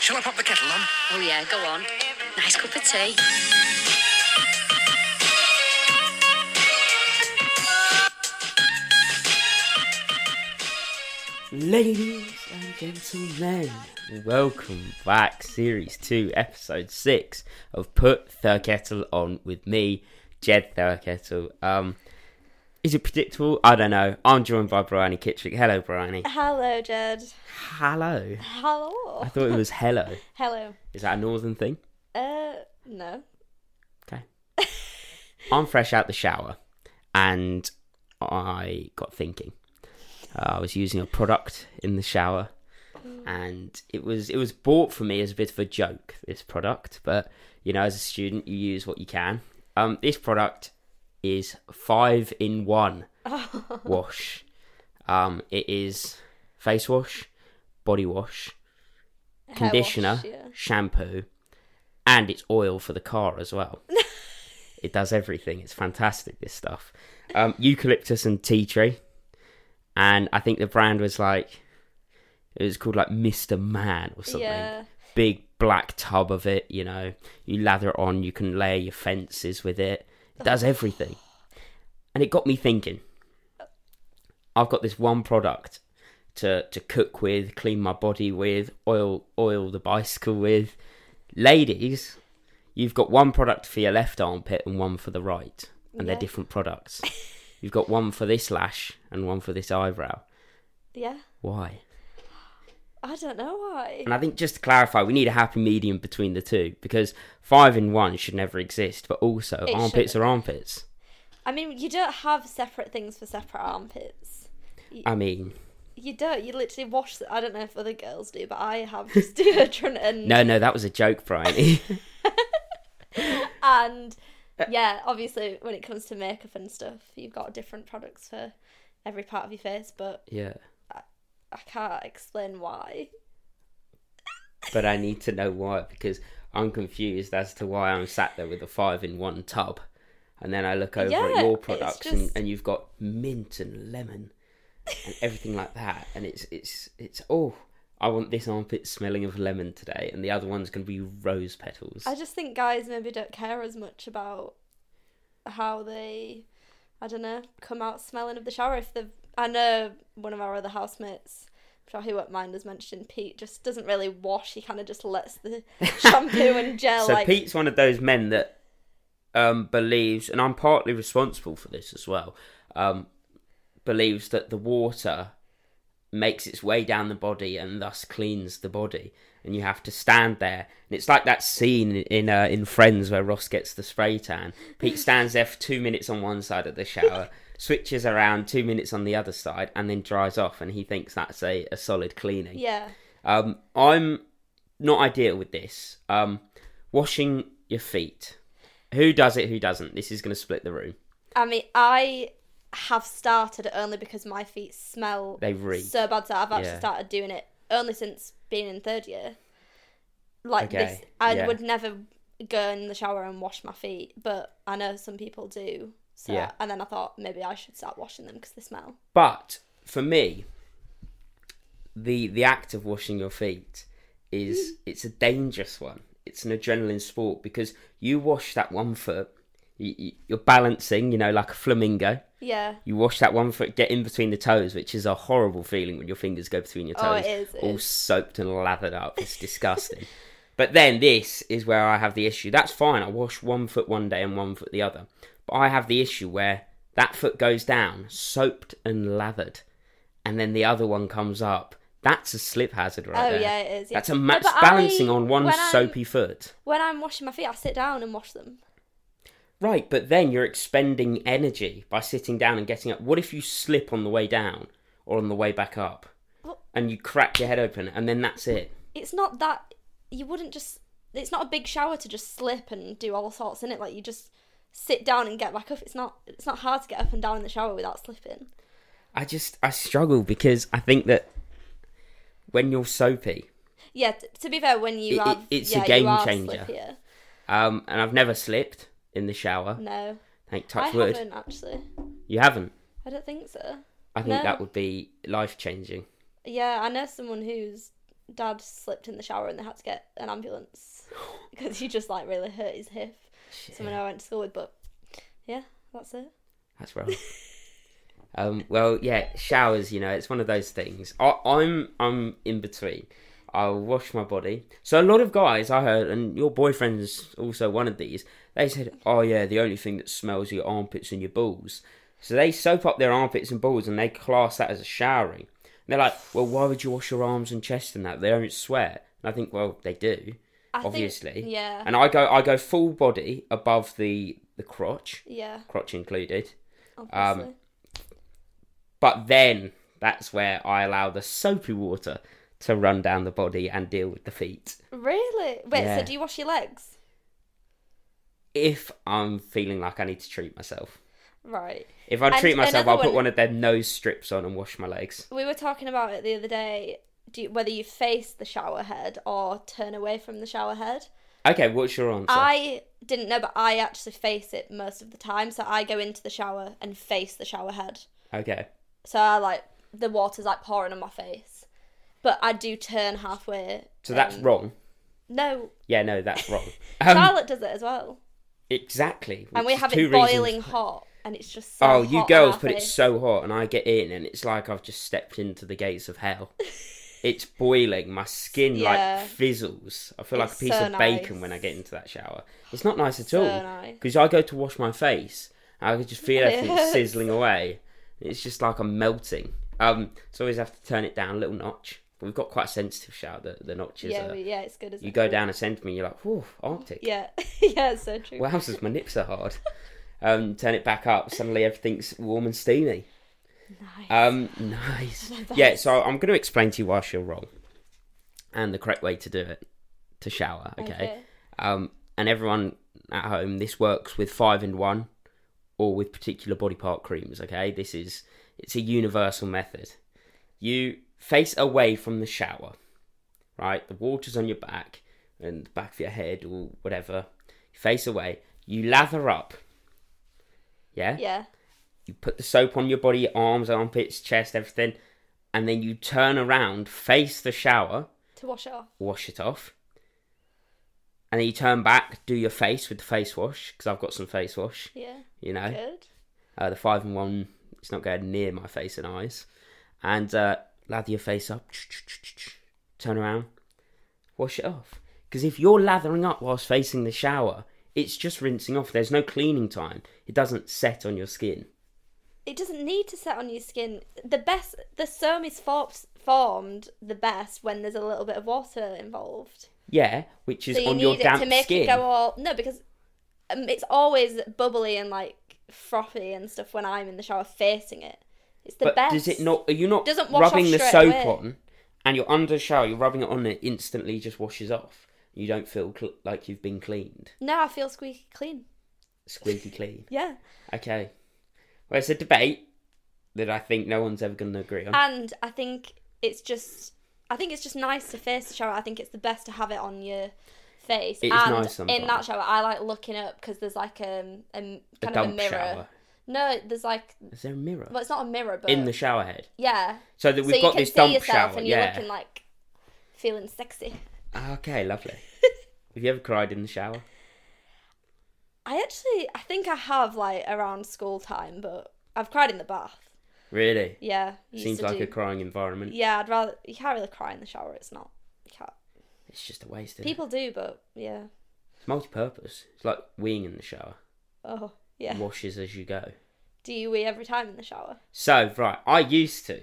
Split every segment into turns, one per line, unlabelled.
Shall I pop the kettle on?
Oh, yeah, go on. Nice cup of tea.
Ladies and gentlemen, welcome back, Series 2, Episode 6 of Put Thurkettle On with me, Jed Thurkettle. Um, is it predictable? I don't know. I'm joined by Bryony Kittrick. Hello, Bryony.
Hello, Jed.
Hello. I
Hello.
thought it was hello.
Hello.
Is that a northern thing?
Uh, no.
Okay. I'm fresh out the shower and I got thinking. Uh, I was using a product in the shower and it was it was bought for me as a bit of a joke this product, but you know as a student you use what you can. Um this product is 5 in 1 wash. Um it is face wash, body wash,
Hair
conditioner,
wash, yeah.
shampoo, and it's oil for the car as well. it does everything. It's fantastic. This stuff, um, eucalyptus and tea tree, and I think the brand was like, it was called like Mister Man or something.
Yeah.
Big black tub of it. You know, you lather it on. You can layer your fences with it. It does everything, and it got me thinking. I've got this one product to to cook with, clean my body with, oil oil the bicycle with. Ladies, you've got one product for your left armpit and one for the right, and they're
Yeah.
different products. you've got one for this lash and one for this eyebrow.
Yeah.
Why?
I don't know why.
And I think just to clarify, we need a happy medium between the two because five in one should never exist. But also, armpits
shouldn't.
are armpits.
I mean, you don't have separate things for separate armpits.
I mean,
You don't. You literally wash. The, I don't know if other girls do, but I have just deodorant and
no, no, that was a joke, Brian.
and yeah. Obviously, when it comes to makeup and stuff, you've got different products for every part of your face. But
yeah,
I can't explain why.
but I need to know why because I'm confused as to why I'm sat there with a five in one tub. And then I look over
Yeah,
at your
it's
products and,
just-
and you've got mint and lemon and everything like that. And it's it's it's oh I want this armpit smelling of lemon today and the other one's gonna be rose petals.
I just think guys maybe don't care as much about how they, I don't know, come out smelling of the shower. If the I know one of our other housemates, I'm sure he won't mind as mentioned. Pete just doesn't really wash. He kind of just lets the shampoo and gel
so
like
Pete's one of those men that um, believes, and I'm partly responsible for this as well. Um, believes that the water makes its way down the body and thus cleans the body, and you have to stand there. And it's like that scene in uh, in Friends where Ross gets the spray tan. Pete stands there for two minutes on one side of the shower. Switches around two minutes on the other side and then dries off, and he thinks that's a, a solid cleaning.
yeah,
Um, I'm not ideal with this. Um, washing your feet. Who does it? Who doesn't? This is going to split the room.
I mean, I have started it only because my feet smell
They reek.
so bad that I've actually
Yeah.
started doing it only since being in third year. Like this,
Okay,
I
yeah.
would never go in the shower and wash my feet, but I know some people do. So,
Yeah.
and then I thought maybe I should start washing them because they smell.
But for me, the the act of washing your feet is it's a dangerous one. It's an adrenaline sport because you wash that one foot, you, you- you're balancing, you know, like a flamingo.
Yeah,
You wash that one foot, get in between the toes, which is a horrible feeling when your fingers go between your toes.
Oh, it is, it
all
is.
soaped and lathered up. It's disgusting. but then this is where I have the issue. That's fine. I wash one foot one day and one foot the other. But I have the issue where that foot goes down, soaped and lathered, and then the other one comes up. That's a slip hazard right
Oh,
there.
yeah, it is, yeah.
That's a
No,
match
but I-
balancing on one
when I'm-
soapy foot.
when I'm washing my feet, I sit down and wash them.
Right, but then you're expending energy by sitting down and getting up. What if you slip on the way down or on the way back up
Well-
and you crack your head open and then that's it?
It's not that you wouldn't just. It's not a big shower to just slip and do all sorts in it. Like you just sit down and get back up. It's not. It's not hard to get up and down in the shower without slipping.
I just, I struggle because I think that when you're soapy,
Yeah, t- to be fair, when you
It- it-
have,
it's a
yeah,
game
you are
changer.
slippier.
um, and I've never slipped in the shower,
No,
thank
I
touch wood.
haven't actually.
You haven't?
I don't think so.
I think
No.
that would be life changing.
Yeah, I know someone who's dad slipped in the shower and they had to get an ambulance because he just like really hurt his hip. Someone I went to school with, but yeah, that's it.
That's wrong. um, well, yeah, showers. You know, it's one of those things. I, I'm I'm in between. I'll wash my body. So a lot of guys I heard, and your boyfriend's also one of these. They said, "Oh yeah, the only thing that smells are your armpits and your balls." So they soap up their armpits and balls, and they class that as a showering. And they're like, "Well, why would you wash your arms and chest and that? They don't sweat." And I think, well, they do,
I
obviously.
Think, yeah.
And I go, I go full body above the the crotch,
yeah.
crotch included. um,
Obviously.
But then that's where I allow the soapy water to run down the body and deal with the feet.
really? Wait,
yeah.
so do you wash your legs?
If I'm feeling like I need to treat myself.
Right.
If I
And
treat myself,
another
I'll put
one-
one of their nose strips on and wash my legs.
We were talking about it the other day. Do you, whether you face the shower head or turn away from the shower head.
Okay, what's your answer?
I didn't know, but I actually face it most of the time. So I go into the shower and face the shower head.
Okay.
So I like the water's like pouring on my face, but I do turn halfway.
So that's
um,
wrong.
No,
Yeah, no, that's wrong. Um,
Charlotte does it as well,
exactly.
and
which
we
is
have
two
it
reasons-
boiling hot, and it's just so
Oh, you
hot on
girls
our
put it
face.
so hot, and I get in, and it's like I've just stepped into the gates of hell. it's boiling. My skin
Yeah.
like fizzles. I feel like a
It's
piece
so
of bacon
nice.
when I get into that shower. It's not nice at
So
all
nice.
because I go to wash my face, and I can just feel
It
everything
hurts.
sizzling away. It's just like I'm melting. Um, so I always have to turn it down a little notch. We've got quite a sensitive shower. The, the notches.
Yeah,
are,
we- yeah, it's good. Isn't
you
it?
go down a centimetre, and you're like, whew, Arctic.
Yeah, yeah, it's so true.
Wow, since my nips are hard. Um, turn it back up. Suddenly everything's warm and steamy.
nice.
Um, nice. Yeah, so I'm going to explain to you why she'll roll and the correct way to do it to shower, okay? Um, and everyone at home, this works with five in one or with particular body part creams, okay? This is, it's a universal method. You face away from the shower, right? The water's on your back and the back of your head or whatever. Face away. You lather up. Yeah?
Yeah,
you put the soap on your body, arms, armpits, chest, everything, and then you turn around, face the shower,
to wash it off.
wash it off, and then you turn back, do your face with the face wash because I've got some face wash,
Yeah,
you know,
good.
uh, the five and one. It's not going near my face and eyes, and uh, lather your face up, turn around, wash it off. Because if you're lathering up whilst facing the shower, it's just rinsing off. There's no cleaning time. It doesn't set on your skin.
It doesn't need to set on your skin. The best, the serum is for- formed the best when there's a little bit of water involved.
Yeah, which is
so you
on
need
your
it
damp
to make
skin.
it go all no because um, it's always bubbly and like frothy and stuff when I'm in the shower facing it. It's the
but
best.
does it not? Are you not
Doesn't wash
rubbing
off
the
straight
soap
away.
on, and you're under the shower? You're rubbing it on, and it instantly just washes off. You don't feel cl- like you've been cleaned,
No, I feel squeaky clean.
squeaky clean.
Yeah,
Okay, well, it's a debate that I think no one's ever going to agree on.
and I think it's just. I think it's just nice to face the shower. I think it's the best to have it on your face.
It is
and
nice sometimes.
in that shower, I like looking up because there's like um, a m-
a
kind of a
dump
mirror.
shower.
No, there's like
Is there a mirror
well, it's not a mirror, but
in the shower head?
yeah.
So that we've
so you
got
can
this
see
dump
yourself
shower.
and you're
Yeah. Ah,
looking like feeling sexy.
Okay, lovely. Have you ever cried in the shower?
I actually, I think I have like around school time, but I've cried in the bath.
Really?
Yeah, used
Seems
to
like
do.
a crying environment.
yeah, I'd rather you can't really cry in the shower. It's not. You can't.
It's just a waste. Isn't it?
People do, but yeah.
It's multi-purpose. It's like weeing in the shower.
Oh yeah.
washes as you go.
Do you wee every time in the shower?
So right, I used to.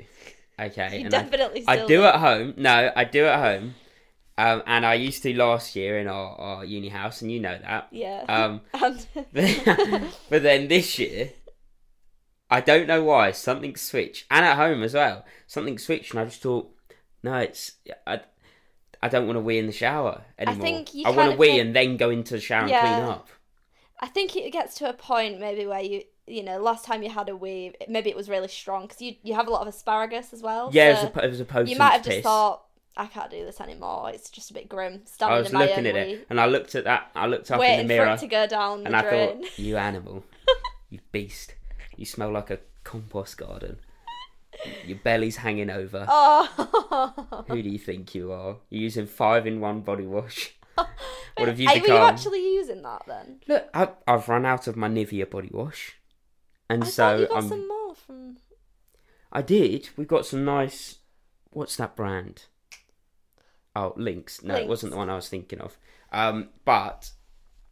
Okay,
You
and I,
definitely
I
still
do uh, at home. No, I do at home. Um, and I used to last year in our, our uni house, and you know that.
Yeah.
Um,
and
but then this year, I don't know why something switched, and at home as well, something switched, and I just thought, no, it's I, I don't want to wee in the shower anymore.
think you
I want
kind
to
of
wee
get-
and then go into the shower and
Yeah.
clean up.
I think it gets to a point maybe where you. You know, last time you had a wee, maybe it was really strong because you you have a lot of asparagus as well.
Yeah,
so
it was a, it was a potent
you might have
piss.
just thought, I can't do this anymore. It's just a bit grim.
I
Standing
was
in my
looking
own
at
wee.
it, and I looked at that. I looked up
waiting
in the mirror,
for it to go down the
and I
drain.
thought, "You animal, you beast, you smell like a compost garden." Your belly's hanging over.
Oh.
Who do you think you are? You're using five in one body wash. what have you
Hey, were you
become?
actually using that then?
Look, I, I've run out of my Nivea body wash, and
I thought you
so um,
got
I'm.
some more from.
I did. We got some nice. What's that brand? Oh, Lynx. No, it wasn't
Lynx.
the one I was thinking of. Um, but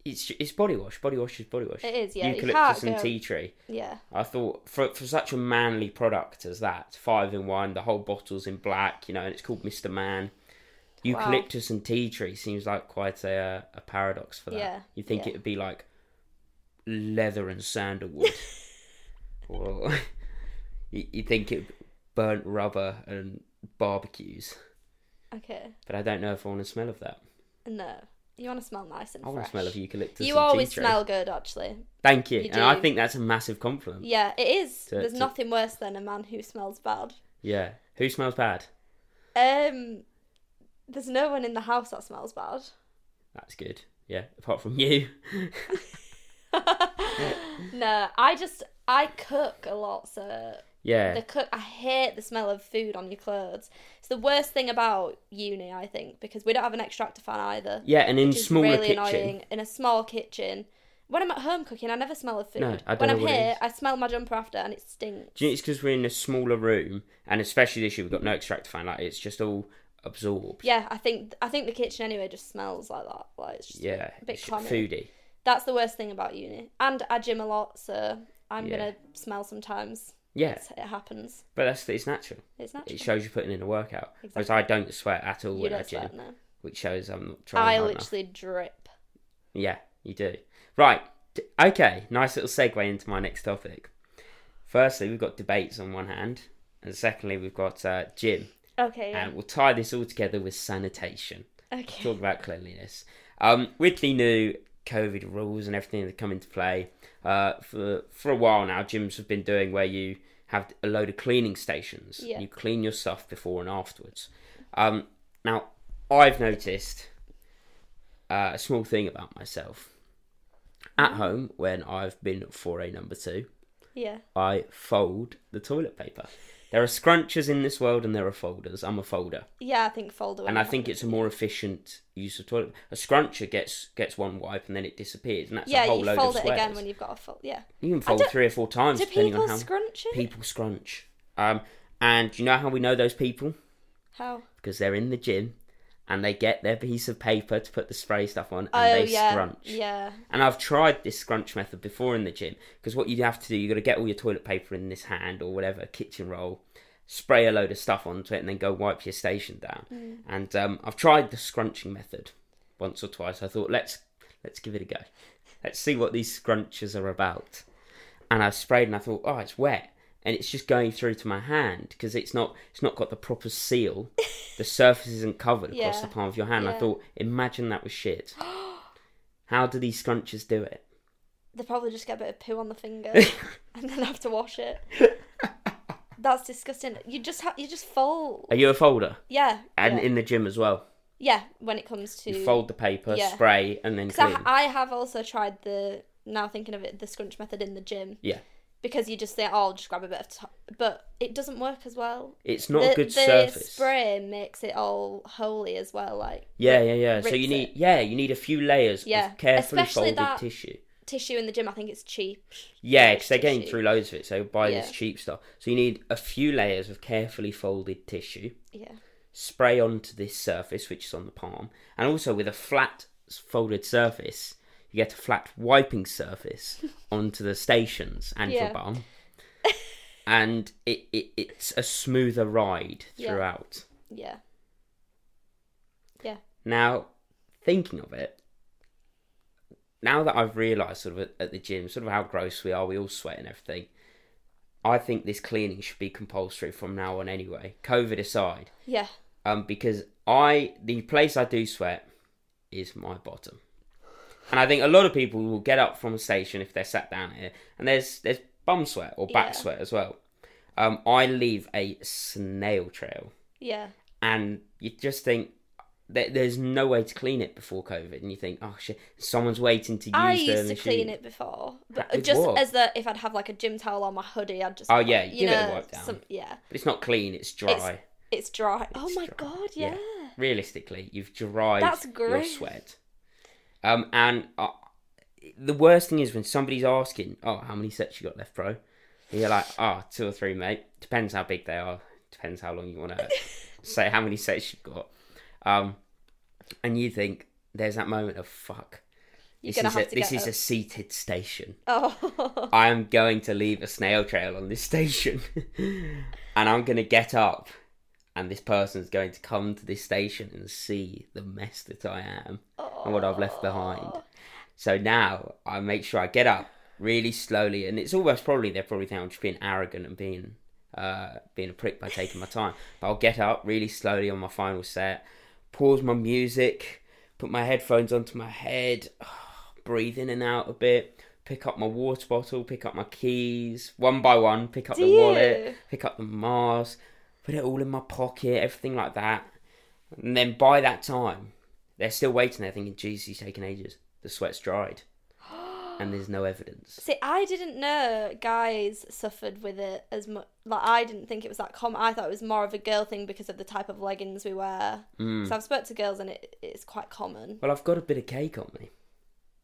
it's it's body wash. Body wash is body wash.
It is, yeah, you can't
Eucalyptus and
go-
tea tree.
Yeah.
I thought for for such a manly product as that, five in one, the whole bottle's in black, you know, and it's called Mister Man. Eucalyptus and tea tree seems like quite a a paradox for that.
Yeah,
you think
yeah.
it would be like leather and sandalwood, or you you think it burnt rubber and barbecues,
Okay.
but I don't know if I want to smell of that.
No. You want to smell nice and
I
fresh.
want to smell of eucalyptus.
You
and
always
tea tree.
smell good, actually.
Thank you,
You
and I
do.
think that's a massive compliment.
Yeah, it is.
To-
There's
to-
nothing worse than a man who smells bad.
Yeah, who smells bad?
Um, there's no one in the house that smells bad.
That's good. Yeah, apart from you.
no, I just I cook a lot, so
Yeah.
the cook I hate the smell of food on your clothes. It's the worst thing about uni, I think, because we don't have an extractor fan either.
yeah, and in
which is
smaller
really
kitchen.
annoying in a small kitchen. When I'm at home cooking, I never smell of food.
No, I don't
when
know
I'm
what it
here,
is.
I smell my jumper after, and it stinks.
Do you know it's because we're in a smaller room, and especially this year we've got no extractor fan. Like it's just all absorbed.
Yeah, I think I think the kitchen anyway just smells like that. Like it's just
Yeah,
a bit
it's
common.
foodie.
That's the worst thing about uni. And I gym a lot, so I'm
Yeah.
gonna smell sometimes.
Yeah,
It's- It happens.
but that's it's natural.
It's natural.
It shows you're putting in a workout. Whereas I don't sweat at all
you
when
don't
I gym,
sweat, no.
which shows I'm not trying
I
hard enough.
literally drip.
Yeah, you do. Right. d- Okay. Nice little segue into my next topic. Firstly, we've got debates on one hand, and secondly, we've got uh, gym,
Okay.
and we'll tie this all together with sanitation.
okay.
talk about cleanliness. Um, with the new COVID rules and everything that come into play, uh, for for a while now, gyms have been doing where you have a load of cleaning stations.
Yeah.
You clean your stuff before and afterwards. Um, now, I've noticed uh, a small thing about myself. At home, when I've been for a number two,
Yeah.
I fold the toilet paper. There are scrunchers in this world, and there are folders. I'm a folder
Yeah, I think folder. when
and I
you-
think it's a more efficient use of toilet. A scruncher gets gets one wipe and then it disappears, and that's
Yeah,
a whole
you
load of
fold it
sweat.
again when you've got a fold. Yeah.
you can fold
don't-
three or four times
Do
depending
people
on how
scrunch it?
people scrunch. Um, and do you know how we know those people?
How?
Because they're in the gym, and they get their piece of paper to put the spray stuff on, and
Oh
they
yeah.
scrunch.
Yeah.
And I've tried this scrunch method before in the gym because what you have to do, you've got to get all your toilet paper in this hand or whatever, kitchen roll, spray a load of stuff onto it, and then go wipe your station down. And um, I've tried the scrunching method once or twice. I thought, let's let's give it a go. Let's see what these scrunches are about. And I sprayed and I thought, oh, it's wet. And it's just going through to my hand because it's not it's not got the proper seal. the surface isn't covered across
Yeah.
the palm of your hand. I
Yeah.
thought, imagine that was shit. How do these scrunches do it?
They probably just get a bit of poo on the finger and then have to wash it. That's disgusting. You just ha- you just fold.
Are you a folder?
Yeah.
And
yeah.
in the gym as well.
yeah, when it comes to
You fold the paper,
Yeah.
spray, and then
Because
clean.
I, I have also tried the now thinking of it the scrunch method in the gym
Yeah.
because you just think oh I'll just grab a bit of top, but it doesn't work as well.
It's not
the,
a good
the
surface.
spray makes it all holy as well, like
yeah, yeah, yeah. So
rips
you need
it.
yeah, you need a few layers
Yeah.
of carefully
Especially
folded
that-
tissue.
tissue in the gym. I think it's cheap.
Yeah, because they're getting
tissue.
through loads of it, so buy this
Yeah.
cheap stuff. So you need a few layers of carefully folded tissue,
Yeah,
spray onto this surface, which is on the palm, and also with a flat s- folded surface, you get a flat wiping surface onto the stations and your
Yeah.
palm. And it, it, it's a smoother ride
Yeah.
throughout.
yeah,
Now, thinking of it, now that I've realised sort of at- at the gym, sort of how gross we are, we all sweat and everything. I think this cleaning should be compulsory from now on anyway, COVID aside,
yeah.
um, because I the place I do sweat is my bottom, and I think a lot of people will get up from a station if they're sat down here, and there's there's bum sweat or back
Yeah.
sweat as well. Um, I leave a snail trail
Yeah,
and you just think there, there's no way to clean it before COVID, and you think, oh shit, someone's waiting to use
I
their
used to
machine.
clean it before, but
That- with
just
what?
as the if I'd have like a gym towel on my hoodie, I'd just
Oh,
like,
yeah,
you
give it a
know,
wipe down.
some- yeah,
But it's not clean; it's dry.
It's- it's dry. oh
It's
my
dry,
god, yeah.
yeah. Realistically, you've dried
That's
your
gross.
sweat. Um, and uh, the worst thing is when somebody's asking, "Oh, how many sets you got left, bro?" And you're like, "Oh, two or three, mate. Depends how big they are. Depends how long you want to say how many sets you've got." Um, and you think there's that moment of fuck.
You're
this
gonna
is
have
a,
to
this
get
is a
up.
seated station.
Oh,
I am going to leave a snail trail on this station and I'm going to get up and this person's going to come to this station and see the mess that I am and what I've left behind. So now I make sure I get up really slowly and it's almost probably they're probably thinking I'm just being arrogant and being uh, being a prick by taking my time. But I'll get up really slowly on my final set, pause my music, put my headphones onto my head, breathe in and out a bit, pick up my water bottle, pick up my keys, one by one, pick up
Do
the wallet,
you?
pick up the mask, put it all in my pocket, everything like that. And then by that time, they're still waiting there thinking, Jesus, he's taking ages. The sweat's dried. and there's no evidence.
See, I didn't know guys suffered with it as much. Like, I didn't think it was that common. I thought it was more of a girl thing because of the type of leggings we wear.
Mm.
So I've spoke to girls and it, it's quite common.
Well, I've got a bit of cake on me.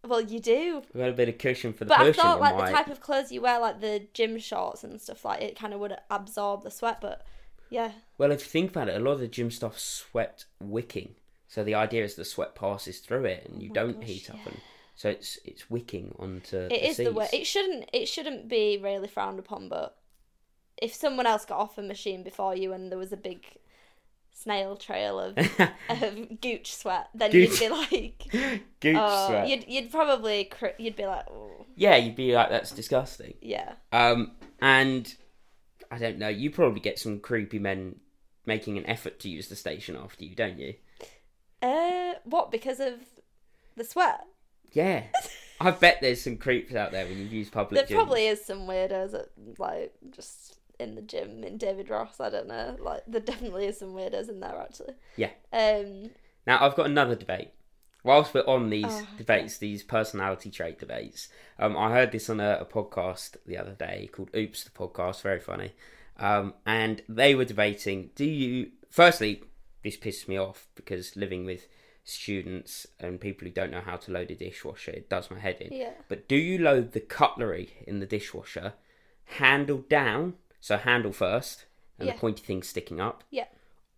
Well, you do,
I've got a bit of cushion for the
but I
pushing.
thought like
my-
the type of clothes you wear, like the gym shorts and stuff, like it kind of would absorb the sweat. But yeah,
Well, if you think about it, a lot of the gym stuff sweat wicking. So the idea is the sweat passes through it and you
Oh my
don't
gosh,
heat up, and so it's it's wicking onto.
it
the
is the way.
seats.
It shouldn't. It shouldn't be really frowned upon. But if someone else got off a machine before you and there was a big snail trail of of um, gooch sweat, then
Gooch.
you'd be like,
Gooch
oh,
sweat.
you'd you'd probably cr- you'd be like, oh,
Yeah, you'd be like, that's disgusting.
yeah,
Um, and I don't know. You probably get some creepy men making an effort to use the station after you, don't you?
uh, what because of the sweat?
Yeah. I bet there's some creeps out there when you use public.
There
gyms.
probably is some weirdos at, like just in the gym in David Ross. I don't know. Like there definitely is some weirdos in there actually.
Yeah.
Um.
Now, I've got another debate. Whilst we're on these
Oh,
debates, these personality trait debates, um, I heard this on a, a podcast the other day called Oops, the podcast, very funny. Um, and they were debating do you, firstly, this pisses me off because living with students and people who don't know how to load a dishwasher, it does my head in.
Yeah.
But do you load the cutlery in the dishwasher, handle down, so handle first, and
Yeah.
the pointy thing sticking up,
Yeah.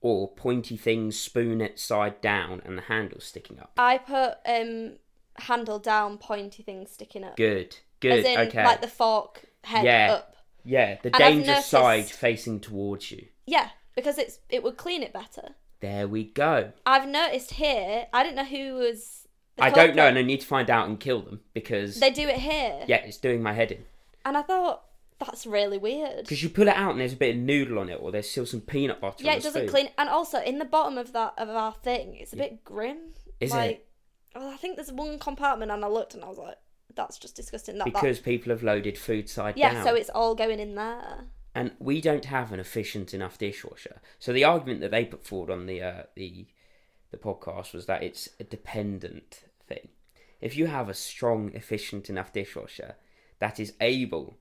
or pointy things, spoon it side down and the handle sticking up.
I put um handle down, pointy things sticking up.
Good, good,
As in
okay.
like the fork head
Yeah.
up.
yeah, the
I've
dangerous
noticed-
side facing towards you.
Yeah, because it's it would clean it better.
There we go.
I've noticed here. I don't know who was. the
I don't know,
culprit.
and I need to find out and kill them because
They do it here.
yeah, it's doing my head in.
And I thought that's really weird.
Because you pull it out and there's a bit of noodle on it, or there's still some peanut butter.
Yeah,
on
it
the
doesn't
spoon.
clean. And also in the bottom of that of our thing, it's a bit grim.
Is it?
like, Well, I think there's one compartment, and I looked, and I was like, "That's just disgusting." That, that-
Because people have loaded food side
yeah,
down.
so it's all going in there.
and we don't have an efficient enough dishwasher. So the argument that they put forward on the uh, the the podcast was that it's a dependent thing. If you have a strong, efficient enough dishwasher that is able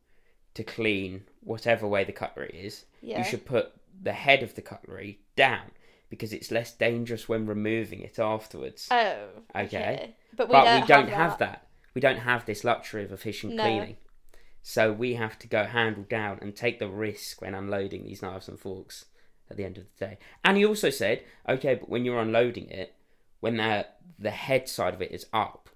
to clean whatever way the cutlery is,
Yeah.
you should put the head of the cutlery down because it's less dangerous when removing it afterwards.
Oh,
Okay.
But we
but
don't,
we don't
have, that.
We don't have this luxury of efficient
No.
cleaning. So we have to go handle down and take the risk when unloading these knives and forks at the end of the day. And he also said, okay, but when you're unloading it, when the the head side of it is up,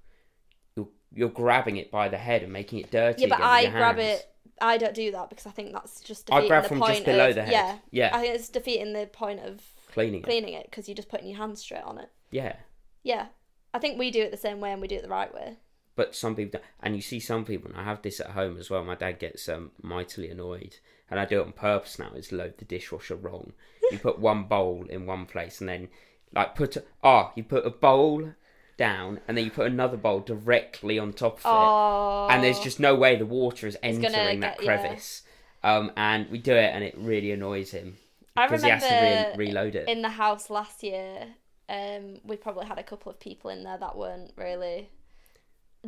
you're, you're grabbing it by the head and making it dirty.
Yeah, but
again with
I
your
grab
hands.
it. I don't do that because I think that's just
I
defeating
grab
the
from just
point
below
of
the head.
yeah.
Yeah.
I think it's defeating the point of
Cleaning it.
cleaning it because you're just putting your hand straight on it.
Yeah.
Yeah, I think we do it the same way and we do it the right way.
but some people don't. and you see some people and i have this at home as well my dad gets um, mightily annoyed and i do it on purpose now is load the dishwasher wrong you put one bowl in one place and then like put a, ah you put a bowl down and then you put another bowl directly on top of it
Oh,
and there's just no way the water is
gonna
entering that
get- yeah.
crevice um, and we do it and it really annoys him
I
because he has to
remember
re- reload it
in the house last year um, we probably had a couple of people in there that weren't really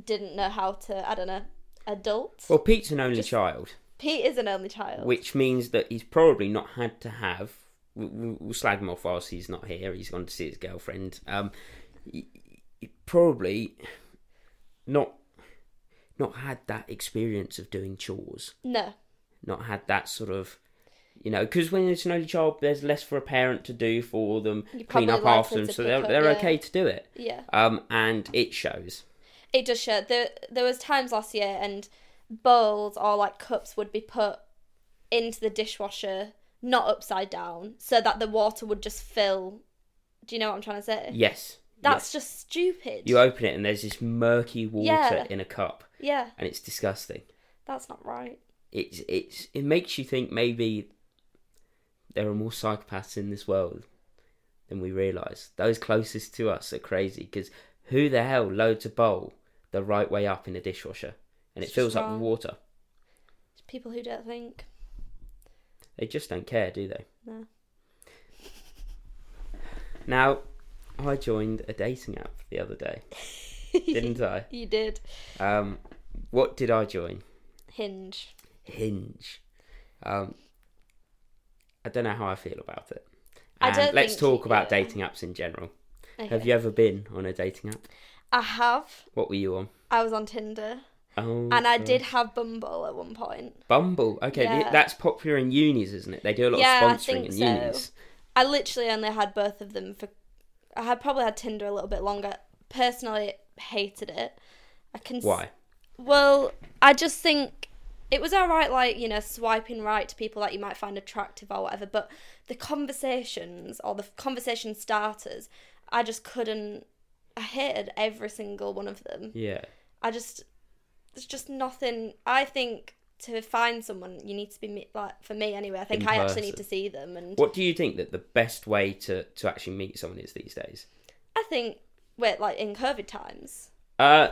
didn't know how to. I don't know. Adult.
Well, Pete's an only child,
Pete is an only child.
which means that he's probably not had to have. we- we- We'll slag him off whilst he's not here. He's gone to see his girlfriend. Um, he- he probably not not had that experience of doing chores.
no.
not had that sort of you know because when it's an only child there's less for a parent to do for them
You're
clean
probably
up after
likely
them
to
so
pick
they're,
up,
they're
yeah.
okay to do it
Yeah.
um and it shows
It does show. There, there was times last year and bowls or like cups would be put into the dishwasher, not upside down, so that the water would just fill. Do you know what I'm trying to say?
yes
That's just stupid.
you open it and there's this murky water
Yeah.
in a cup
yeah,
and it's disgusting
that's not right.
it's it's it makes you think maybe there are more psychopaths in this world than we realize those closest to us are crazy because who the hell loads a bowl the right way up in a dishwasher and it
It's just
fills up with
wrong.
water
It's people who don't think.
They just don't care, do they?
No.
Now, I joined a dating app the other day, didn't I?
You did.
Um, what did I join?
Hinge.
Hinge. Um, I don't know how I feel about it.
I
And
don't
let's
think
talk
you-
about
yeah.
dating apps in general.
Okay.
Have you ever been on a dating app?
I have.
What were you on?
I was on Tinder,
Oh,
and I
God.
did have Bumble at one point.
Bumble. Okay, th-
Yeah.
that's popular in unis, isn't it? They do a lot
Yeah, I
of sponsoring
think
in
so.
unis.
I literally only had both of them for. I had probably had Tinder a little bit longer. Personally, hated it. I can. s-
Why?
Well, I just think it was alright, like you know, swiping right to people that you might find attractive or whatever. But the conversations or the conversation starters, I just couldn't. I hated every single one of them.
Yeah.
I just there's just nothing. I think to find someone, you need to be me- like for me anyway. I think
In
I actually
person.
need to see them, and
What do you think that the best way to, to actually meet someone is these days?
I think we're like in COVID times
Uh,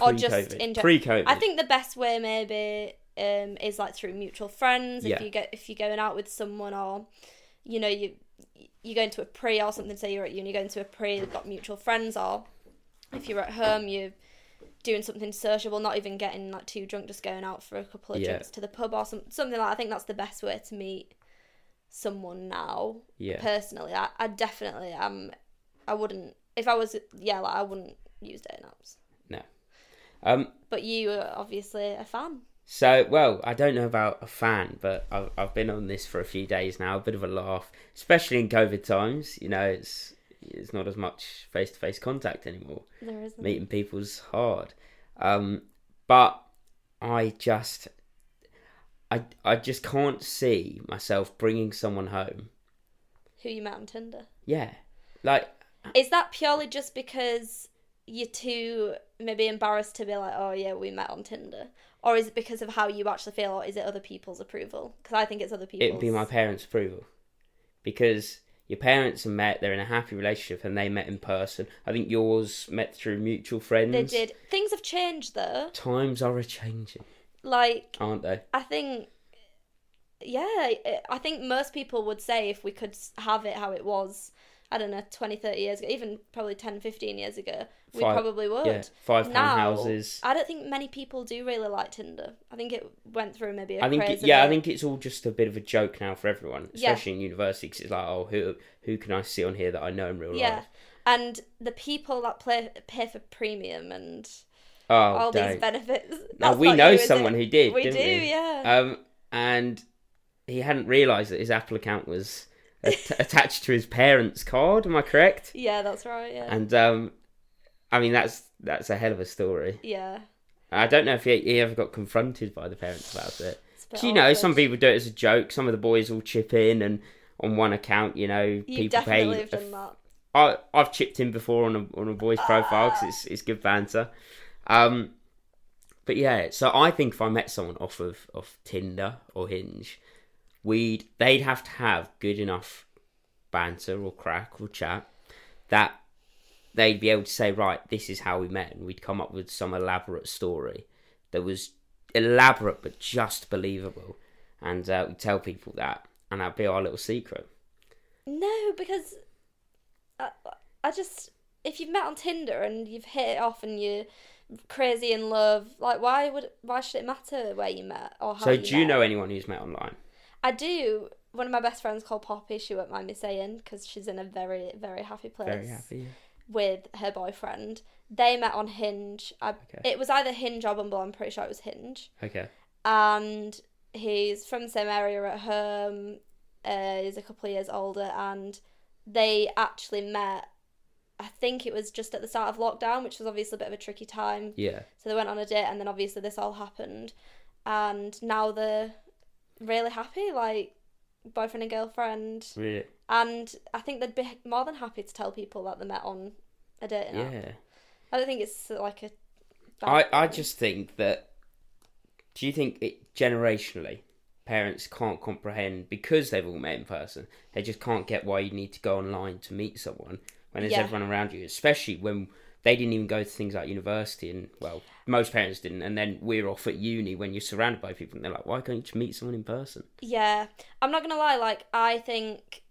or just
Pre-COVID.
in gen-
Pre-COVID.
I think the best way maybe um, is like through mutual friends.
Yeah.
If you go if you're going out with someone or you know you you're going to a pre or something. Say you're at uni, you're going to a pre. You've got mutual friends, or if you're at home, you're doing something sociable, not even getting like too drunk, just going out for a couple of
Yeah.
drinks to the pub or some, something like. That. I think that's the best way to meet someone now.
yeah.
personally I, I definitely um i wouldn't if i was yeah like i wouldn't use dating apps
um,
but you are obviously a fan
so, well, I don't know about a fan, but I've, I've been on this for a few days now. A bit of a laugh, especially in COVID times. You know, it's it's not as much face to face contact anymore.
there isn't
Meeting people's hard. Um, but I just, I I just can't see myself bringing someone home.
who you met on tinder
Yeah, like
is that purely just because you're too maybe embarrassed to be like oh yeah we met on tinder or is it because of how you actually feel or is it other people's approval because i think it's other people's
it'd be my parents' approval because your parents are met they're in a happy relationship and they met in person i think yours met through mutual friends
they did things have changed though
times are a changing
like
aren't they
I think, yeah, it- I think most people would say if we could s- have it how it was, I don't know, 20, 30 years ago, even probably 10, 15 years ago, we
Five-
probably would.
yeah five pound
Now,
houses
I don't think many people do really like Tinder. I think it went through maybe a
i think it,
craze of
yeah i
it.
think it's all just a bit of a joke now for everyone
Yeah.
especially in university 'cause it's like oh who who can i see on here that i know in real
Yeah.
life
And the people that play, pay for premium and
oh
all these
don't.
benefits.
now
That's
we
not
know
you, is it?
someone who did
We do,
didn't we?
yeah.
um and he hadn't realized that his apple account was at- attached to his parents card am i correct
yeah, that's right, yeah.
And um, I mean that's that's a hell of a story.
yeah.
I don't know if he, he ever got confronted by the parents about it.
it's a bit
'Cause, you know,
awkward.
some people do it as a joke. Some of the boys all chip in, and on one account, you know,
You
people pay.
definitely have done that.
I I've chipped in before on a on a boy's profile because it's it's good banter. Um, but yeah, so I think if I met someone off of off Tinder or Hinge, we'd they'd have to have good enough banter or crack or chat that they'd be able to say right, this is how we met, and we'd come up with some elaborate story that was elaborate but just believable, and uh, we'd tell people that, and that'd be our little secret.
No, because I, I just if you've met on Tinder and you've hit it off and you're crazy in love, like why would why should it matter where you met or how?
So do you
met?
know anyone who's met online?
I do. One of my best friends called Poppy. She won't mind me saying because she's in a very very happy place
Very happy.
with her boyfriend. They met on Hinge. I,
Okay.
It was either Hinge or Bumble. I'm pretty sure it was Hinge.
Okay.
And he's from the same area at home. Uh, he's a couple of years older, and they actually met. I think it was just at the start of lockdown, which was obviously a bit of a tricky time.
Yeah.
So they went on a date, and then obviously this all happened, and now they're really happy, like boyfriend and girlfriend.
Really?
And I think they'd be more than happy to tell people that they met on a dating app.
Yeah.
I don't think it's like a.
I, I just think that. Do you think it generationally, parents can't comprehend because they've all met in person? They just can't get why you need to go online to meet someone when there's
Yeah.
everyone around you, especially when they didn't even go to things like university and well, most parents didn't. And then we're off at uni when you're surrounded by people, and they're like, "Why can't you just meet someone in person?"
Yeah, I'm not gonna lie. Like I think,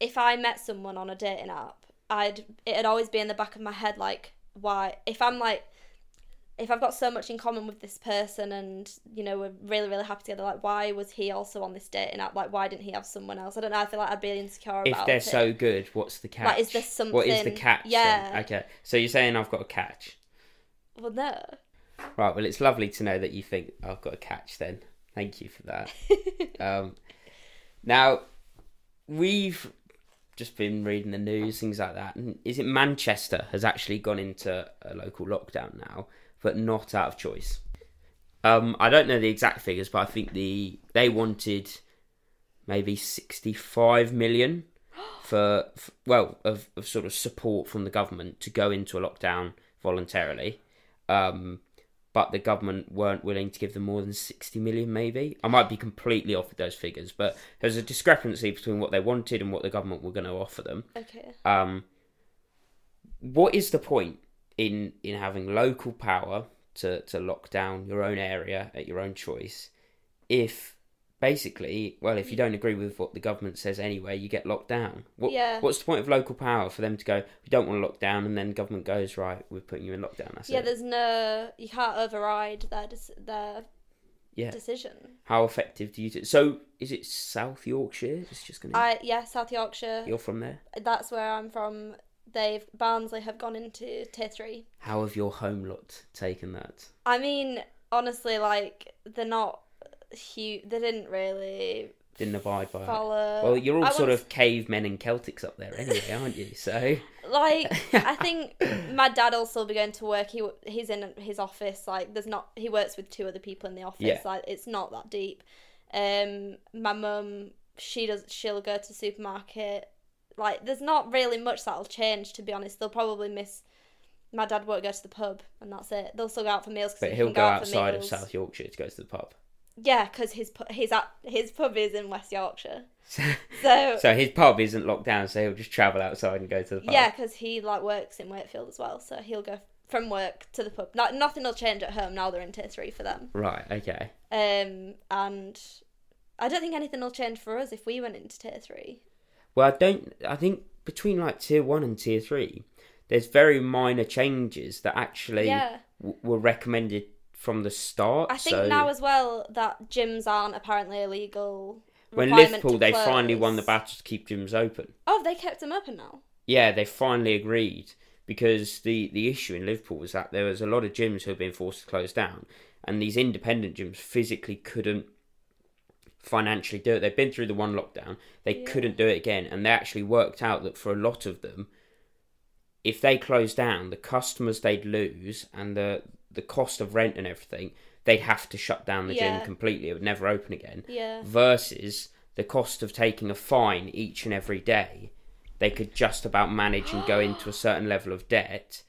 if I met someone on a dating app, I'd it'd always be in the back of my head like why if I'm like. If I've got so much in common with this person and, you know, we're really, really happy together, like, why was he also on this dating app? Like, why didn't he have someone else? I don't know. I feel like I'd be insecure
If
about
they're
it.
so good, what's the catch?
Like, is there
What is the
something-
catch? then?
Yeah.
Okay. So you're saying I've got a catch.
Well, no.
Right, well, it's lovely to know that you think I've got a catch then. Thank you for that. um, now, we've just been reading the news, things like that. And is it Manchester has actually gone into a local lockdown now, but not out of choice? Um, I don't know the exact figures, but I think the they wanted maybe 65 million for, f well of, of sort of support from the government to go into a lockdown voluntarily um, but the government weren't willing to give them more than 60 million maybe i might be completely off with those figures but there's a discrepancy between what they wanted and what the government were going to offer them
Okay.
um, what is the point in in having local power to to lock down your own area at your own choice if basically well if you don't agree with what the government says anyway you get locked down what,
Yeah.
what's the point of local power for them to go we don't want to lock down and then government goes right we're putting you in lockdown that's
yeah,
it
there's no. You can't override their, dec- their
yeah
decision.
how effective do you do so is it south yorkshire it's just gonna
I yeah, South Yorkshire.
you're from there
That's where I'm from. They've Barnsley have gone into tier three.
how have your home lot taken that
I mean, honestly, like they're not huge. They didn't really
didn't abide by it
follow.
Well, you're all
I
sort
wouldn't-
of cavemen and Celtics up there anyway, aren't you? So,
like I think my dad will still be going to work. He w- he's in his office. Like there's not he works with two other people in the office.
Yeah.
Like it's not that deep. Um, my mum she does she'll go to the supermarket. Like there's not really much that'll change. To be honest, they'll probably miss. My dad won't go to the pub, and that's it. They'll still go out for meals. 'cause
but
he
he'll
can
go
out for
outside of
meals.
South Yorkshire to go to the pub.
Yeah, because his pu- his at his pub is in West Yorkshire.
So,
So,
so his pub isn't locked down, so he'll just travel outside and go to the pub.
Yeah, because he like works in Wakefield as well, so he'll go from work to the pub. Not, nothing will change at home now. They're in tier three for them,
Right. Okay.
um, and I don't think anything will change for us if we went into tier three.
Well, I don't. I think between like tier one and tier three, there's very minor changes that actually
Yeah.
w- were recommended from the start.
I think
so
now as well that gyms aren't apparently illegal.
when
requirement
Liverpool
to
they finally
close.
won the battle to keep gyms open.
Oh, they kept them open now.
Yeah, they finally agreed because the, the issue in Liverpool was that there was a lot of gyms who had been forced to close down, and these independent gyms physically couldn't financially do it. They'd been through the one lockdown, they
Yeah.
couldn't do it again, and they actually worked out that for a lot of them, if they closed down, the customers they'd lose and the the cost of rent and everything, they'd have to shut down the
Yeah.
gym completely. It would never open again
Yeah,
versus the cost of taking a fine each and every day. They could just about manage and go into a certain level of debt,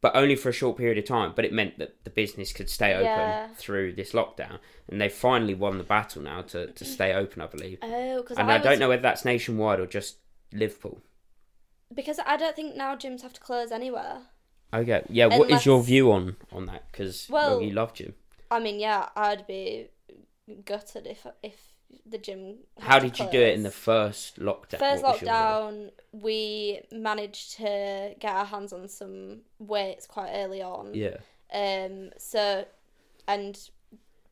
but only for a short period of time. But it meant that the business could stay open
Yeah.
through this lockdown. And they finally won the battle now to, to stay open, I believe.
oh, because
And
I,
I,
was,
don't know whether that's nationwide or just Liverpool.
because I don't think now gyms have to close anywhere.
Okay, yeah, what is
Unless-
your view on, on that? Because
Well-
you loved him.
I mean, yeah, I'd be gutted if if the gym. had
How
to
did you do it in the
close.
first lockdown?
First
What was your order?
lockdown, we managed to get our hands on some weights quite early on.
Yeah.
Um. So, and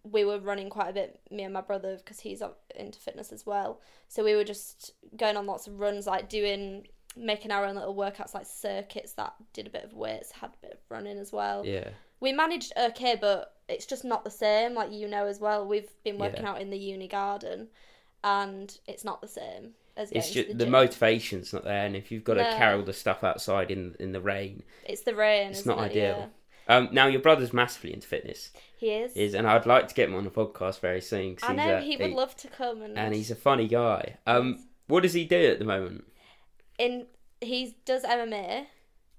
we were running quite a bit. Me and my brother, because he's up into fitness as well. So we were just going on lots of runs, like doing, making our own little workouts, like circuits that did a bit of weights, had a bit of running as well.
Yeah.
We managed okay, but it's just not the same. Like you know as well, we've been working
Yeah.
out in the uni garden, and it's not the same as
It's
getting to
just the,
gym.
motivation's not there, and if you've got to
No.
carry all the stuff outside in in the rain,
It's the rain.
it's
isn't
not
it?
ideal. Um, now your brother's massively into fitness,
Yeah. He is.
is, and I'd like to get him on the podcast very soon. 'cause
I
he's
know
a-
he would
he-
love to come and,
and he's a funny guy. Um, what does he do at the moment?
in. He does MMA.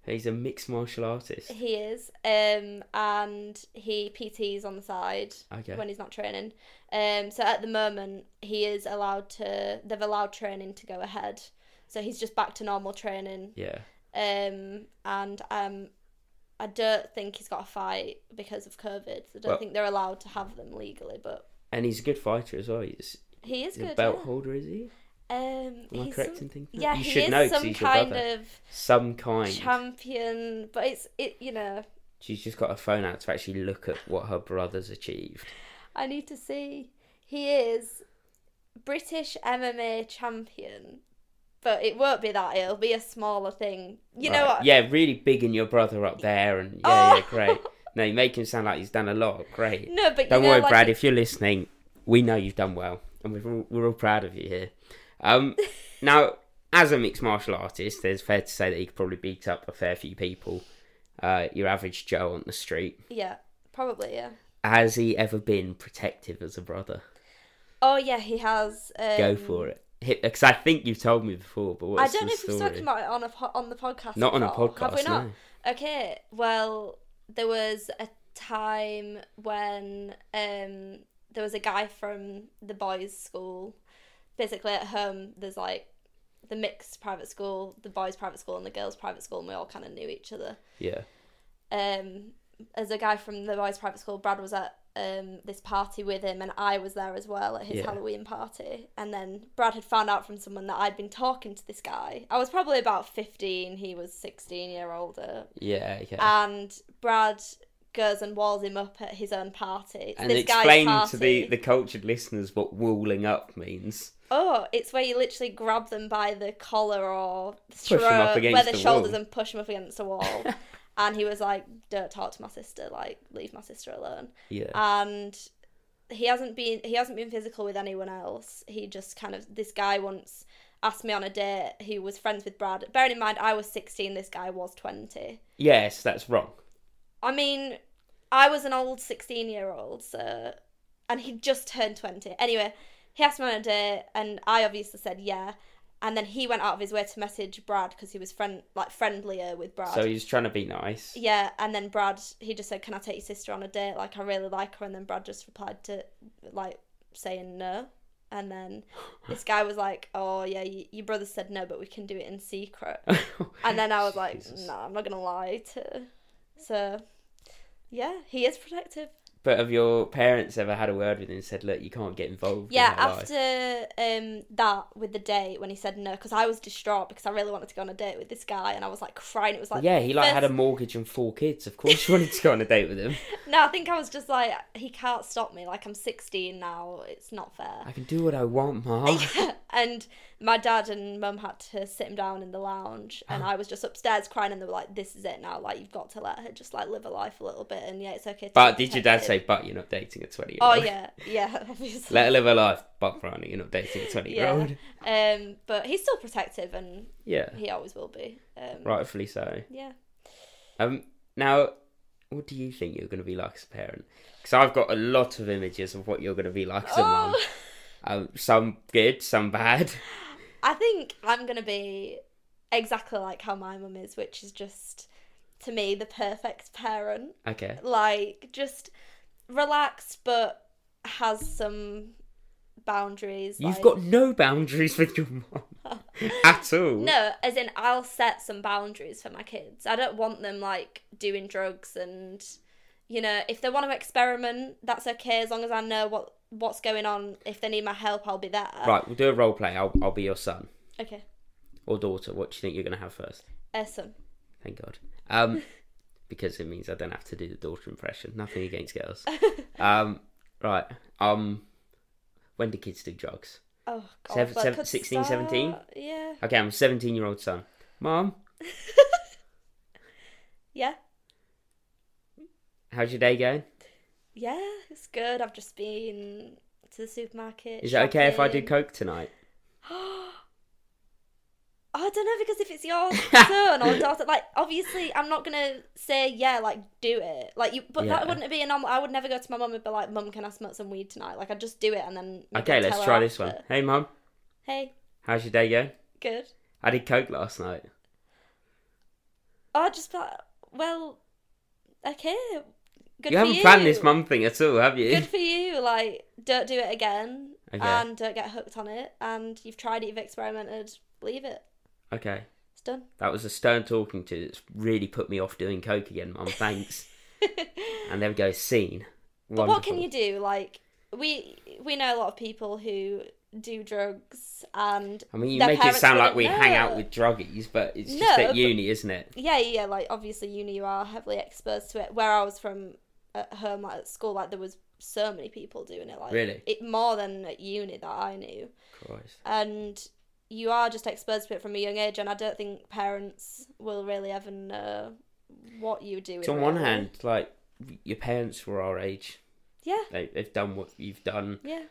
He's a mixed martial artist.
He is, um, and he PTs on the side
Okay.
when he's not training. Um, so at the moment he is allowed to. They've allowed training to go ahead. So he's just back to normal training.
Yeah.
Um, and um, I don't think he's got a fight because of COVID. So I don't
Well-
think they're allowed to have them legally. But
And he's a good fighter as well. He's,
he is
he's a
good.
belt
yeah.
holder, is he?
Um,
Am I
he's
correct
some-
in thinking? that?
Yeah,
you
he
should
is
know 'cause
some
he's your
kind
brother.
of
Some kind.
champion, but it's it. You know,
She's just got her phone out to actually look at what her brother's achieved.
I need to see. He is British MMA champion, but it won't be that. It'll be a smaller thing. You know
Right.
what?
Yeah, really bigging your brother up there, and yeah,
Oh.
yeah, great. No, you make him sound like he's done a lot. Great.
No, but you
Don't
know,
worry,
like
Brad.
it-
If you're listening, we know you've done well, and we're all, we're all proud of you here. Um, now, as a mixed martial artist, it's fair to say that he could probably beat up a fair few people. Uh, your average Joe on the street.
yeah, probably yeah.
Has he ever been protective as a brother?
Oh yeah, he has. Um,
Go for it. Because I think you've told me before, but
I
what's
don't
the
know if we've
story?
spoken about it on a po- on the podcast.
Not on a
before. Have we
podcast,
not?
no.
Okay. Well, there was a time when um there was a guy from the boys' school. Basically, at home, there's like the mixed private school, the boys' private school, and the girls' private school, and we all kind of knew each other.
Yeah.
Um, as a guy from the boys' private school, Brad was at um this party with him, and I was there as well at his
Yeah.
Halloween party. And then Brad had found out from someone that I'd been talking to this guy. I was probably about fifteen; he was sixteen year older.
Yeah. Okay.
And Brad goes and walls him up at his own party. It's
and
this
explain
guy's party.
to the, the cultured listeners what walling up means.
Oh, it's where you literally grab them by the collar or
them up
throat,
against
where their
the
shoulders
wall.
and push them up against a wall. and he was like, "Don't talk to my sister. Like, leave my sister alone."
Yeah.
Uh, and he hasn't been he hasn't been physical with anyone else. He just kind of this guy once asked me on a date who was friends with Brad. Bearing in mind I was sixteen, this guy was twenty.
yes, that's wrong.
I mean, I was an old sixteen year old, so and he just turned twenty. Anyway, he asked me on a date, and I obviously said yeah. And then he went out of his way to message Brad because he was friend like friendlier with Brad.
So he's trying to be nice.
Yeah, and then Brad he just said, "Can I take your sister on a date? Like I really like her." And then Brad just replied to like saying no. And then this guy was like, "Oh yeah, y- your brother said no, but we can do it in secret." And then I was like,
Jesus.
"No, I'm not gonna lie to." So, yeah, he is protective.
But have your parents ever had a word with him and said, look, you can't get involved
Yeah,
in her life?
after um that with the date when he said no, because I was distraught because I really wanted to go on a date with this guy, and I was like crying. It was like
Yeah, he like had
first-
a mortgage and four kids. Of course, you wanted to go on a date with him.
No, I think I was just like, he can't stop me. Like, I'm 16 now. It's not
I
fair.
can do what I want, Mom.
and my dad and mum had to sit him down in the lounge. And I was just upstairs crying. And they were like, this is it now. Like, you've got to let her just, like, live her life a little bit. And yeah, it's okay. To
But
be
did your dad say,
protective.
but you're not dating a twenty year
Oh,
old?
yeah. Yeah, obviously.
Let her live her life, but Ronnie, you're not dating a twenty year
yeah.
old.
Um, but he's still protective and
Yeah.
he always will be. Um,
Rightfully so.
Yeah.
Um, now, what do you think you're going to be like as a parent? Because I've got a lot of images of what you're going to be like as a mum.
Oh,
Um, some good, some bad.
I think I'm going to be exactly like how my mum is, which is just, to me, the perfect parent.
Okay.
like just relaxed but has some boundaries
You've
like-
got no boundaries with your mum at all.
no as in i'll set some boundaries for my kids i don't want them like doing drugs and you know, if they want to experiment, that's okay as long as I know what what's going on. If they need my help, I'll be there.
Right, we'll do a role play. I'll, I'll be your son
Okay.
or daughter. What do you think you're going to have first?
Uh, son.
Thank God. Um, because it means I don't have to do the daughter impression. Nothing against girls. Um, right. Um, when do kids do drugs?
Oh god.
Seven-
well, I
seven-
could
16, 17?
start- Yeah.
Okay, I'm a 17 year old son. Mom,
Yeah.
how's your day going?
Yeah, it's good. I've just been to the supermarket.
Is it okay if I do
shopping.
coke tonight?
I don't know because if it's your son or daughter, like obviously I'm not gonna say yeah, like do it, like you. But
Yeah.
that wouldn't be a normal. I would never go to my mum and be like, "Mum, can I smoke some weed tonight?" Like I'd just do it and then. maybe
Okay,
I'd
let's
tell her
try this one.
after.
Hey, mum,
Hey,
how's your day going?
good.
I did coke last night.
Oh, I just thought, well, okay, good.
you
for
haven't planned this
you.
mum thing at all, have you?
Good for you. Like, don't do it again,
Okay.
and don't get hooked on it. And you've tried it, you've experimented. Leave it.
Okay,
It's done.
that was a stern talking to. It's really put me off doing coke again, mum. Thanks. and there we go, scene.
But what can
Wonderful.
you do? Like we we know a lot of people who do drugs and
I mean, you
their
make it
parents
sound like we
wouldn't
hang
know.
out with druggies, but it's
No,
just at
but-
uni, isn't it?
yeah yeah like obviously uni you are heavily exposed to it. Where I was from at home like at school like there was so many people doing it like
Really?
it more than at uni that I knew
Christ.
and you are just exposed to it from a young age and I don't think parents will really ever know what you do.
So on one hand, like your parents were our age,
yeah
they, they've done what you've done.
yeah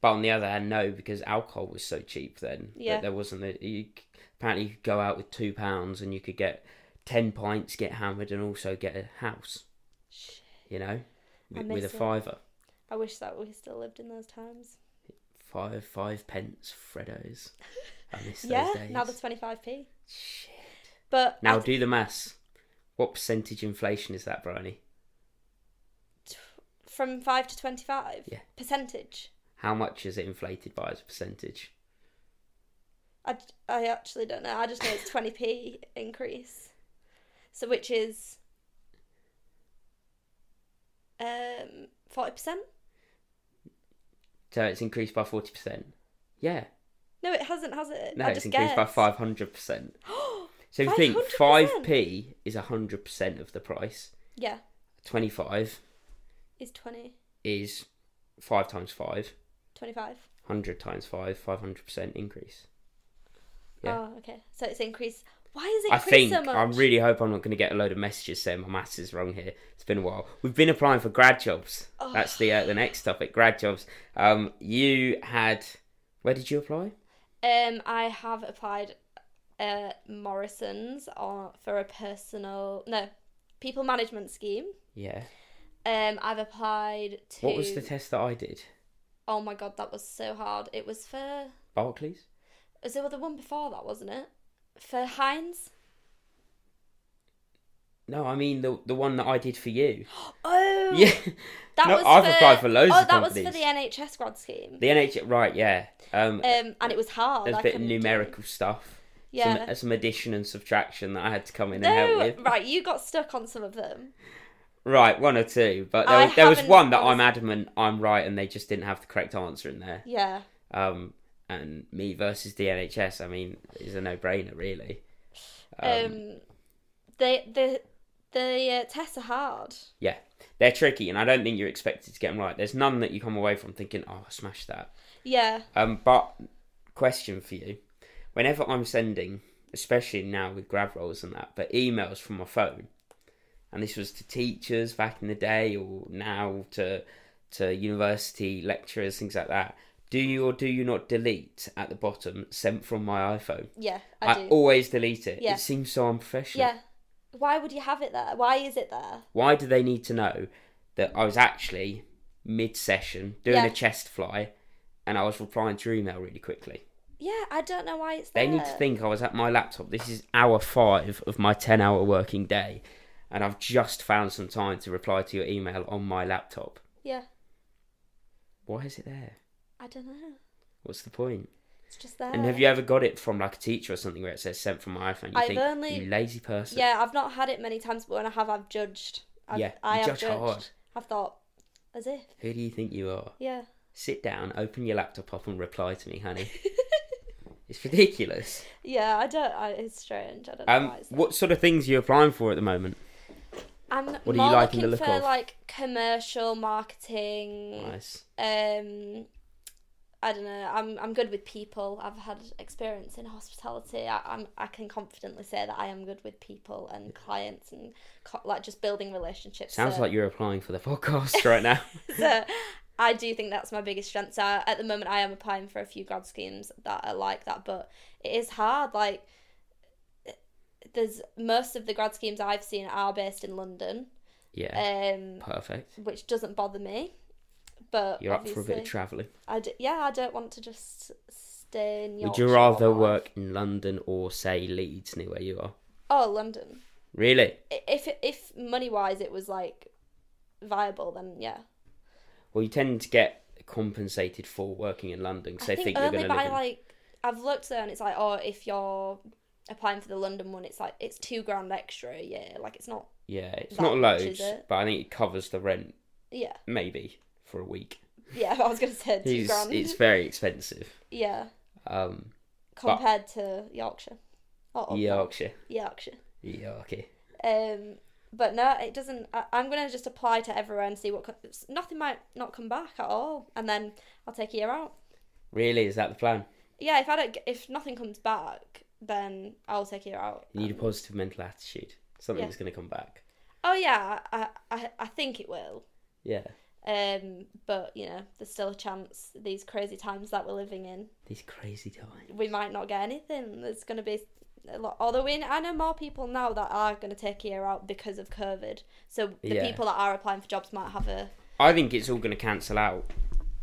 But on the other hand, no, because alcohol was so cheap then. that
Yeah.
there wasn't. A, you, c- apparently, you could go out with two pounds and you could get ten pints, get hammered, and also get a house.
Shit.
You know, with, with a uh,
miss it.
fiver,
I wish that we still lived in those times.
five five pence, Freddos. I miss
yeah,
those days.
now the 25p.
Shit.
But
Now
now
do the maths. What percentage inflation is that, Bryony?
from 5 to 25
Yeah.
percentage.
How much is it inflated by as a percentage?
I, I actually don't know. I just know it's 20p increase. So which is um 40%?
So it's increased by forty percent. Yeah.
No, it hasn't, has it?
No,
I
it's
just
increased by
guessed.
five hundred percent. So if you think five
500%?
p is hundred percent of the price,
Yeah,
twenty five
is 20
is five times five.
25.
100 times 5, 500% increase. Yeah.
Oh, okay. So it's increased. Why is it
I think,
increased so much?
I really hope I'm not going to get a load of messages saying my maths is wrong here. It's been a while. We've been applying for grad jobs.
Oh.
That's the uh, the next topic, grad jobs. Um, you had, where did you apply?
Um, I have applied uh Morrison's or for a personal no people management scheme.
Yeah.
Um, I've applied to.
What was the test that I did?
oh my god, that was so hard. It was for.
Barclays?
Was there the one before that, wasn't it? For Heinz.
No, I mean the the one that I did for you.
Oh.
Yeah.
That
No,
was
I've
for,
applied for loads
Oh,
of
that was for
companies.
the NHS grad scheme.
The NH right, yeah. Um,
Um, and it was hard.
there's a
I
bit of
couldn't do-
numerical stuff.
Yeah.
Some, some addition and subtraction that I had to come in and help
no,
with.
right, you got stuck on some of them.
Right, one or two, but there
I
was, there was
haven't-
one that
I was-
I'm adamant I'm right, and they just didn't have the correct answer in there.
Yeah.
Um, and me versus the NHS, I mean, is a no-brainer, really.
Um, they the the uh, tests are hard.
Yeah, they're tricky, and I don't think you're expected to get them right. There's none that you come away from thinking, "Oh, I smashed that."
Yeah.
Um, but question for you: Whenever I'm sending, especially now with grad rolls and that, but emails from my phone, and this was to teachers back in the day, or now to to university lecturers, things like that. Do you or do you not delete at the bottom sent from my iPhone?
Yeah, I,
I,
do.
always delete it.
Yeah.
It seems so unprofessional.
yeah. Why would you have it there? Why is it there?
Why do they need to know that I was actually mid session doing
Yeah.
a chest fly and I was replying to your email really quickly?
Yeah, I don't know why it's there.
They need to think I was at my laptop. This is hour five of my 10 hour working day, and I've just found some time to reply to your email on my laptop.
Yeah,
Why is it there?
I don't know.
What's the point?
It's just there.
And have you ever got it from like a teacher or something where it says sent from my iPhone? You
Uh, I've
think,
only-
you lazy person.
Yeah, I've not had it many times, but when I have, I've judged. I've,
yeah, you
I have
judge
judged.
hard.
I've thought, as if,
Who do you think you are?
yeah.
Sit down, open your laptop up, and reply to me, honey. it's ridiculous.
Yeah, I don't. I, it's strange. I don't know.
Um,
why it's like-
what sort of things are you applying for at the moment?
I'm
do you
more
like in
looking
the look
for
of?
like commercial marketing.
Nice.
Um, I don't know. I'm I'm good with people. I've had experience in hospitality. I, I'm I can confidently say that I am good with people and clients and co- like just building relationships.
Sounds
so-
like you're applying for the podcast right now.
so I do think that's my biggest strength. So at the moment, I am applying for a few grad schemes that are like that, but it is hard. Like, there's most of the grad schemes I've seen are based in London,
yeah,
um,
perfect.
which doesn't bother me. But
You're up for a bit of
obviously,
travelling.
I d- yeah, I don't want to just stay in.
Would
Yorkshire
you
all my
rather
life.
work in London or say Leeds, near where you are?
Oh, London.
Really?
I- If if money wise it was like viable, then yeah.
Well, you tend to get compensated for working in London because
I
they think,
think,
you're
only
going to live
by
in.
like I've looked there and it's like oh if you're applying for the London one it's like it's two grand extra a year like it's not
yeah, it's
that
not
much,
loads,
is it?
but I think it covers the rent
yeah
maybe for a week.
yeah I was gonna say two
It's,
grand
it's very expensive.
yeah
Um,
compared to Yorkshire or up
Yorkshire,
north, Yorkshire
Yorkshire.
um but no it doesn't I, I'm gonna just apply to everywhere and see what co- s- nothing might not come back at all and then I'll take a year out
Really, is that the plan?
yeah if I don't get- if nothing comes back then I'll take a year out
You need a positive mental attitude. Something
Um, Yeah.
that's going to come back.
oh yeah I, I I think it will
Yeah,
Um, but you know, there's still a chance. These crazy times that we're living in,
these crazy times.
we might not get anything. There's going to be a lot. Although we, I know more people now that are going to take a year out because of COVID. So the
Yeah.
people that are applying for jobs might have a
I think it's all going to cancel out.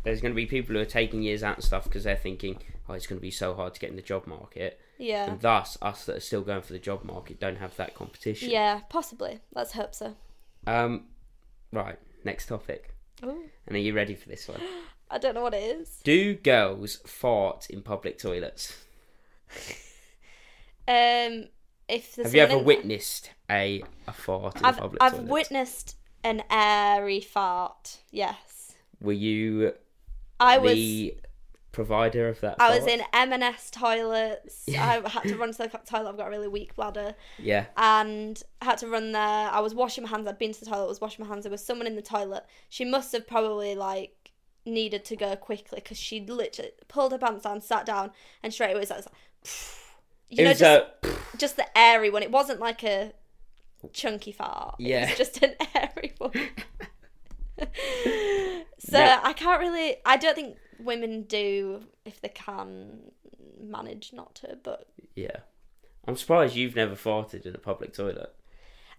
There's going to be people who are taking years out and stuff because they're thinking, oh, it's going to be so hard to get in the job market.
yeah,
And thus, us that are still going for the job market don't have that competition.
yeah, possibly. Let's hope so.
Um, right, next topic.
Ooh.
And are you ready for this one?
I don't know what it is.
Do girls fart in public toilets?
Um, if there's
Have you ever
someone in-
witnessed a, a fart in a
I've
public
I've
toilet?
witnessed an airy fart. Yes,
Were you
I was.
the provider of that?
I was
fart?
in M&S toilets. I had to run to the co- toilet. I've got a really weak bladder,
Yeah.
and I had to run there. I was washing my hands. I'd been to the toilet. I was washing my hands. There was someone in the toilet. She must have probably like needed to go quickly because she literally pulled her pants down, sat down, and straight away was like, you
it
know,
was uh,
just,
a.
just the airy one. It wasn't like a chunky fart.
Yeah.
it was just an airy one. so
Now-
I can't really. I don't think women do if they can manage not to. But
Yeah. I'm surprised you've never farted in a public toilet.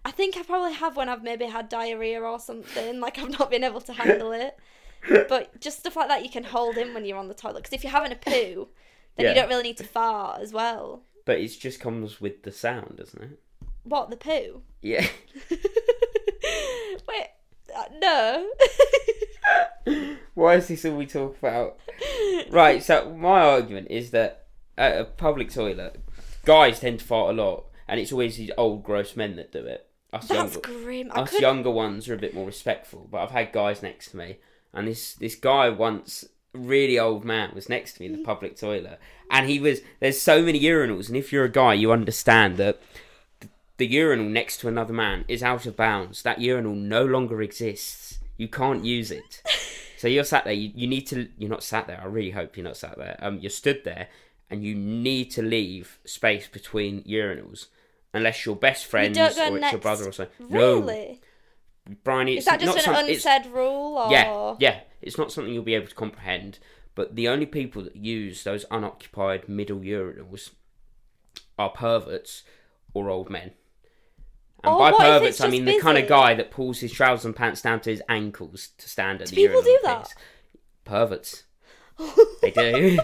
I think I probably have when I've maybe had diarrhea or something. Like I've not been able to handle it. But just stuff like that you can hold in when you're on the toilet. Because if you're having a poo, then
Yeah.
you don't really need to fart as well.
But it just comes with the sound, doesn't it?
What the poo?
Yeah.
Wait, uh, no.
Why is this all we talk about? Right, so my argument is that at a public toilet, guys tend to fart a lot, and it's always these old, gross men that do it. Us,
That's
younger,
grim. I
us
could
younger ones are a bit more respectful, but I've had guys next to me, and this, this guy once, really old man, was next to me in
Mm.
the public toilet, and he was, there's so many urinals, and if you're a guy, you understand that the urinal next to another man is out of bounds. That urinal no longer exists. You can't use it. so you're sat there. You, you need to. You're not sat there. I really hope you're not sat there. Um, you're stood there, and you need to leave space between urinals, unless you're best friends
go
or it's your
next-
brother or something. No,
Really?
Brian, it's
Is that just
not
an
some- it's-
unsaid rule? Or...
yeah, yeah. It's not something you'll be able to comprehend. But the only people that use those unoccupied middle urinals are perverts or old men. And
Or
by
Oh, what if it's
perverts, I
just
mean the kind of
busy?
guy that pulls his trousers and pants down to his ankles to stand at the
people
urinal.
do
and
that?
piss. Perverts. They do.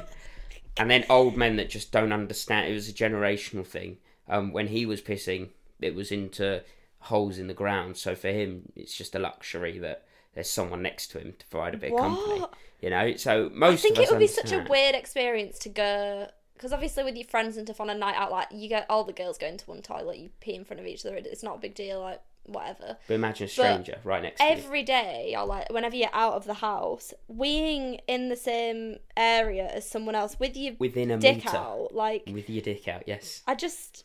and then old men that just don't understand. It was a generational thing. Um, when he was pissing, it was into holes in the ground. So for him, it's just a luxury that there's someone next to him to provide a bit of company.
What?
You know, so
I
most
think
of us
it would be such a
understand.
weird experience to go because obviously with your friends and stuff on a night out, like you get all the girls go into one toilet, you pee in front of each other. It's not a big deal, like whatever.
But imagine a stranger right next to you.
Every day, or like whenever you're out of the house, weeing in the same area as someone else with your
Within a
dick
meter.
out, like
With your dick out, yes.
I just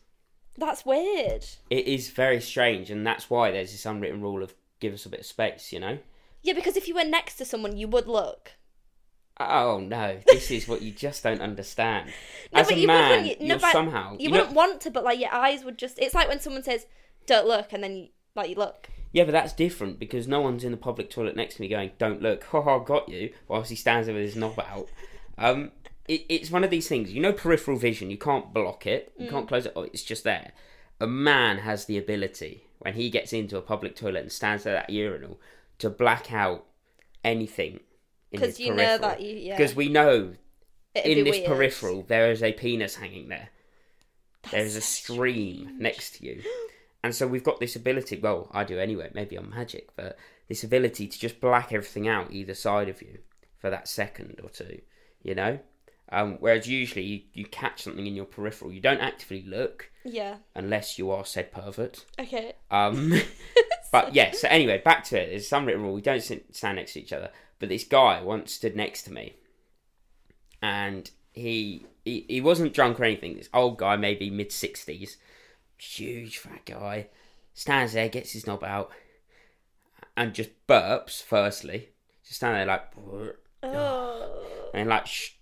that's weird.
It is very strange, and that's why there's this unwritten rule of give us a bit of space, you know?
Yeah, because if you were next to someone, you would look.
Oh no, this is what you just don't understand.
No,
As
but
a
you wouldn't,
man,
you- no,
you'll
but
somehow.
You,
know-
wouldn't want to, but like your eyes would just. It's like when someone says, "Don't look," and then you, like you look.
Yeah, but that's different because no one's in the public toilet next to me going, "Don't look, ha ha, got you," whilst he stands there with his knob out. Um, it, it's one of these things, you know, peripheral vision. You can't block it, you
Mm.
can't close it. Oh, it's just there. A man has the ability when he gets into a public toilet and stands at that urinal to black out anything in his
Because you know
peripheral.
that you. Yeah.
Because we know
It'd
in
be
this
weird.
peripheral there is a penis hanging there. there is a
That's so
stream next to you. And so we've got this ability, well, I do anyway, maybe I'm magic, but this ability to just black everything out either side of you for that second or two, you know? Um, whereas usually you, you catch something in your peripheral. You don't actively look
Yeah.
unless you are said pervert.
Okay.
Um, but yeah, so anyway, back to it. There's some written rule. We don't sit, stand next to each other. But this guy once stood next to me, and he he, he wasn't drunk or anything. This old guy, maybe mid sixties, huge fat guy, stands there, gets his knob out, and just burps. Firstly, just stand there like,
Oh.
and like sh-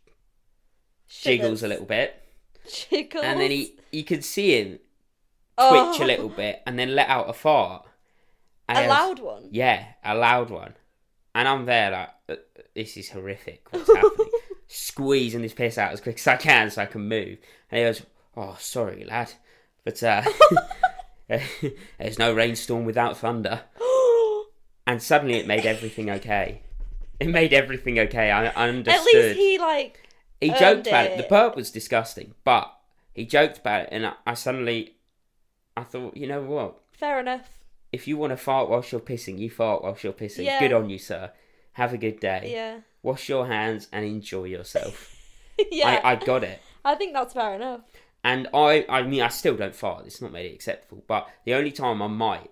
jiggles a little bit,
Jiggles.
and then he you could see him twitch a
Oh.
little bit, and then let out a fart. And
A
I was-
loud one.
Yeah, a loud one. And I'm there like, "Uh, this is horrific. What's happening? Squeezing this piss out as quick as I can so I can move. And he goes, oh, sorry, lad. But uh, there's no rainstorm without thunder. And suddenly it made everything okay. It made everything okay. I, I
At
understood.
least he like.
He
earned
joked about it. The
it.
burp was disgusting, but he joked about it. And I, I suddenly, I thought, you know what?
Fair enough.
if you want to fart whilst you're pissing, you fart whilst you're pissing.
Yeah.
Good on you, sir. Have a good day.
Yeah.
Wash your hands and enjoy yourself.
yeah.
I, I got it.
I think that's fair enough.
And I, I mean, I still don't fart. It's not made it acceptable. But the only time I might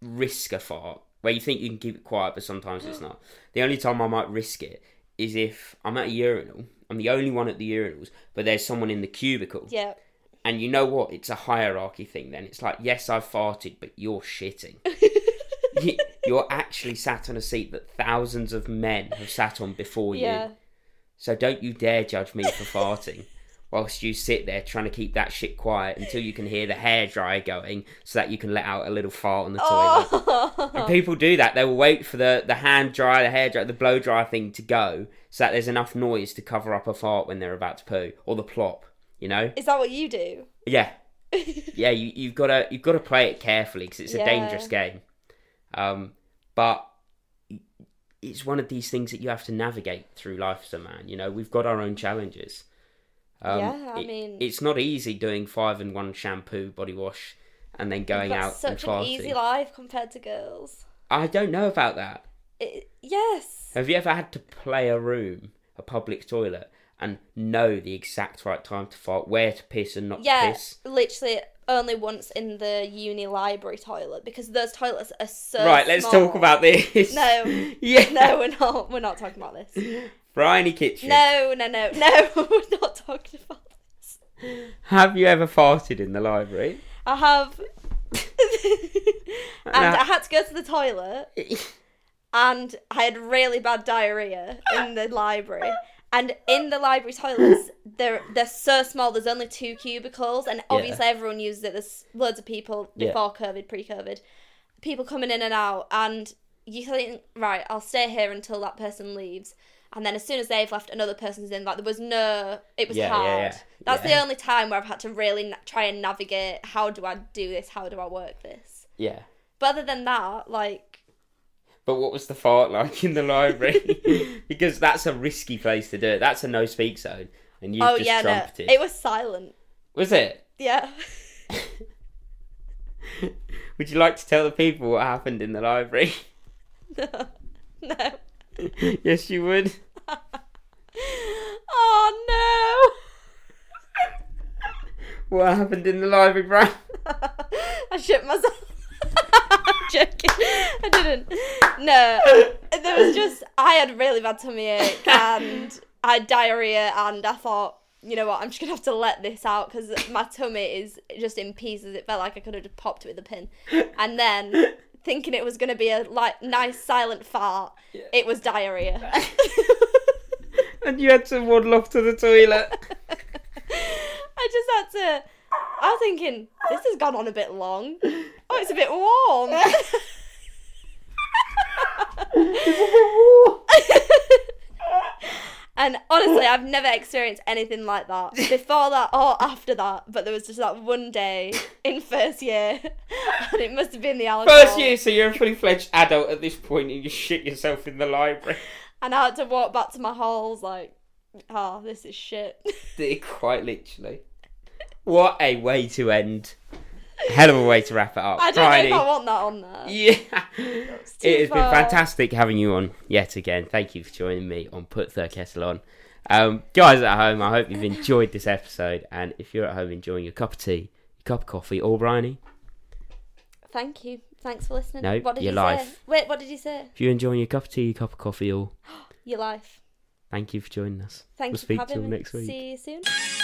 risk a fart, where you think you can keep it quiet, but sometimes it's not. The only time I might risk it is if I'm at a urinal. I'm the only one at the urinals, but there's someone in the cubicle.
Yeah.
And you know what? It's a hierarchy thing then. It's like, yes, I've farted, but you're shitting. Y- you're actually sat on a seat that thousands of men have sat on before
Yeah.
you. So don't you dare judge me for farting whilst you sit there trying to keep that shit quiet until you can hear the hairdryer going so that you can let out a little fart on the toilet.
Oh.
And people do that. They will wait for the, the hand dryer, the hair dryer, the blow dryer thing to go so that there's enough noise to cover up a fart when they're about to poo or the plop, you know?
Is that what you do?
Yeah, yeah. You you've got to you've got to play it carefully because it's a
Yeah.
dangerous game. Um, but it's one of these things that you have to navigate through life as a man. You know, we've got our own challenges. Um,
Yeah, I
it-
mean-
it's not easy doing five in one shampoo, body wash, and then going out
That's
and
such an
farting.
easy life compared to girls.
I don't know about that.
It, yes.
Have you ever had to play a room, a public toilet, and know the exact right time to fart, where to piss and not to
Yeah,
piss?
literally only once in the uni library toilet because those toilets are so.
Right, let's
small.
talk about this.
No.
yeah.
No, we're not. We're not talking about this.
Bryony Kitchen.
No, no, no, no. We're not talking about.
Have you ever farted in the library?
I have. and I had to go to the toilet, and I had really bad diarrhea
Ah.
in the library. And in the library toilets, they're they're so small. There's only two cubicles, and obviously everyone uses it. There's loads of people
Yeah.
before COVID, pre-COVID, people coming in and out, and you think, right, I'll stay here until that person leaves. And then as soon as they've left, another person's in. Like there was no, it was
Yeah, yeah,
hard.
yeah.
That's
Yeah.
the only time where I've had to really na- try and navigate. How do I do this? How do I work this?
Yeah.
But other than that, like
But what was the fart like in the library? because that's a risky place to do it. That's a no speak zone. And you've
oh
just
yeah, no,
trumpeted.
it was silent.
was it?
Yeah,
Would you like to tell the people what happened in the library?
no.
yes, you would.
Oh
What happened in the library, Brian?
I shit myself. I'm joking. I didn't. No, there was just I had really bad tummy ache and I had diarrhea, and I thought, you know what, I'm just gonna have to let this out because my tummy is just in pieces. It felt like I could have just popped it with a pin, and then thinking it was gonna be a like nice silent fart, it was diarrhea.
And you had to waddle off to the toilet.
I just had to. I was thinking, this has gone on a bit long. Oh, it's a bit warm. and honestly, I've never experienced anything like that before that or after that. But there was just that one day in first year, and it must have been the alcohol.
First year, so you're a fully fledged adult at this point, and you shit yourself in the library.
and I had to walk back to my halls like, oh, this is shit.
Quite literally. What a way to end. Hell of a way to wrap it up.
I don't
Bridie.
know if I want that on there.
Yeah.
too
It has been
far.
fantastic having you on yet again. Thank you for joining me on Put the Kettle On. Um, guys at home, I hope you've enjoyed this episode. And if you're at home enjoying your cup of tea, your cup of coffee, or briny,
Thank you. Thanks for listening.
No,
what did
your
you say?
life.
Wait, what did you say?
if you're enjoying your cup of tea, your cup of coffee, or
Your life.
thank you for joining us.
Thank
we'll
you
speak
for
till
having me.
next week.
See you soon.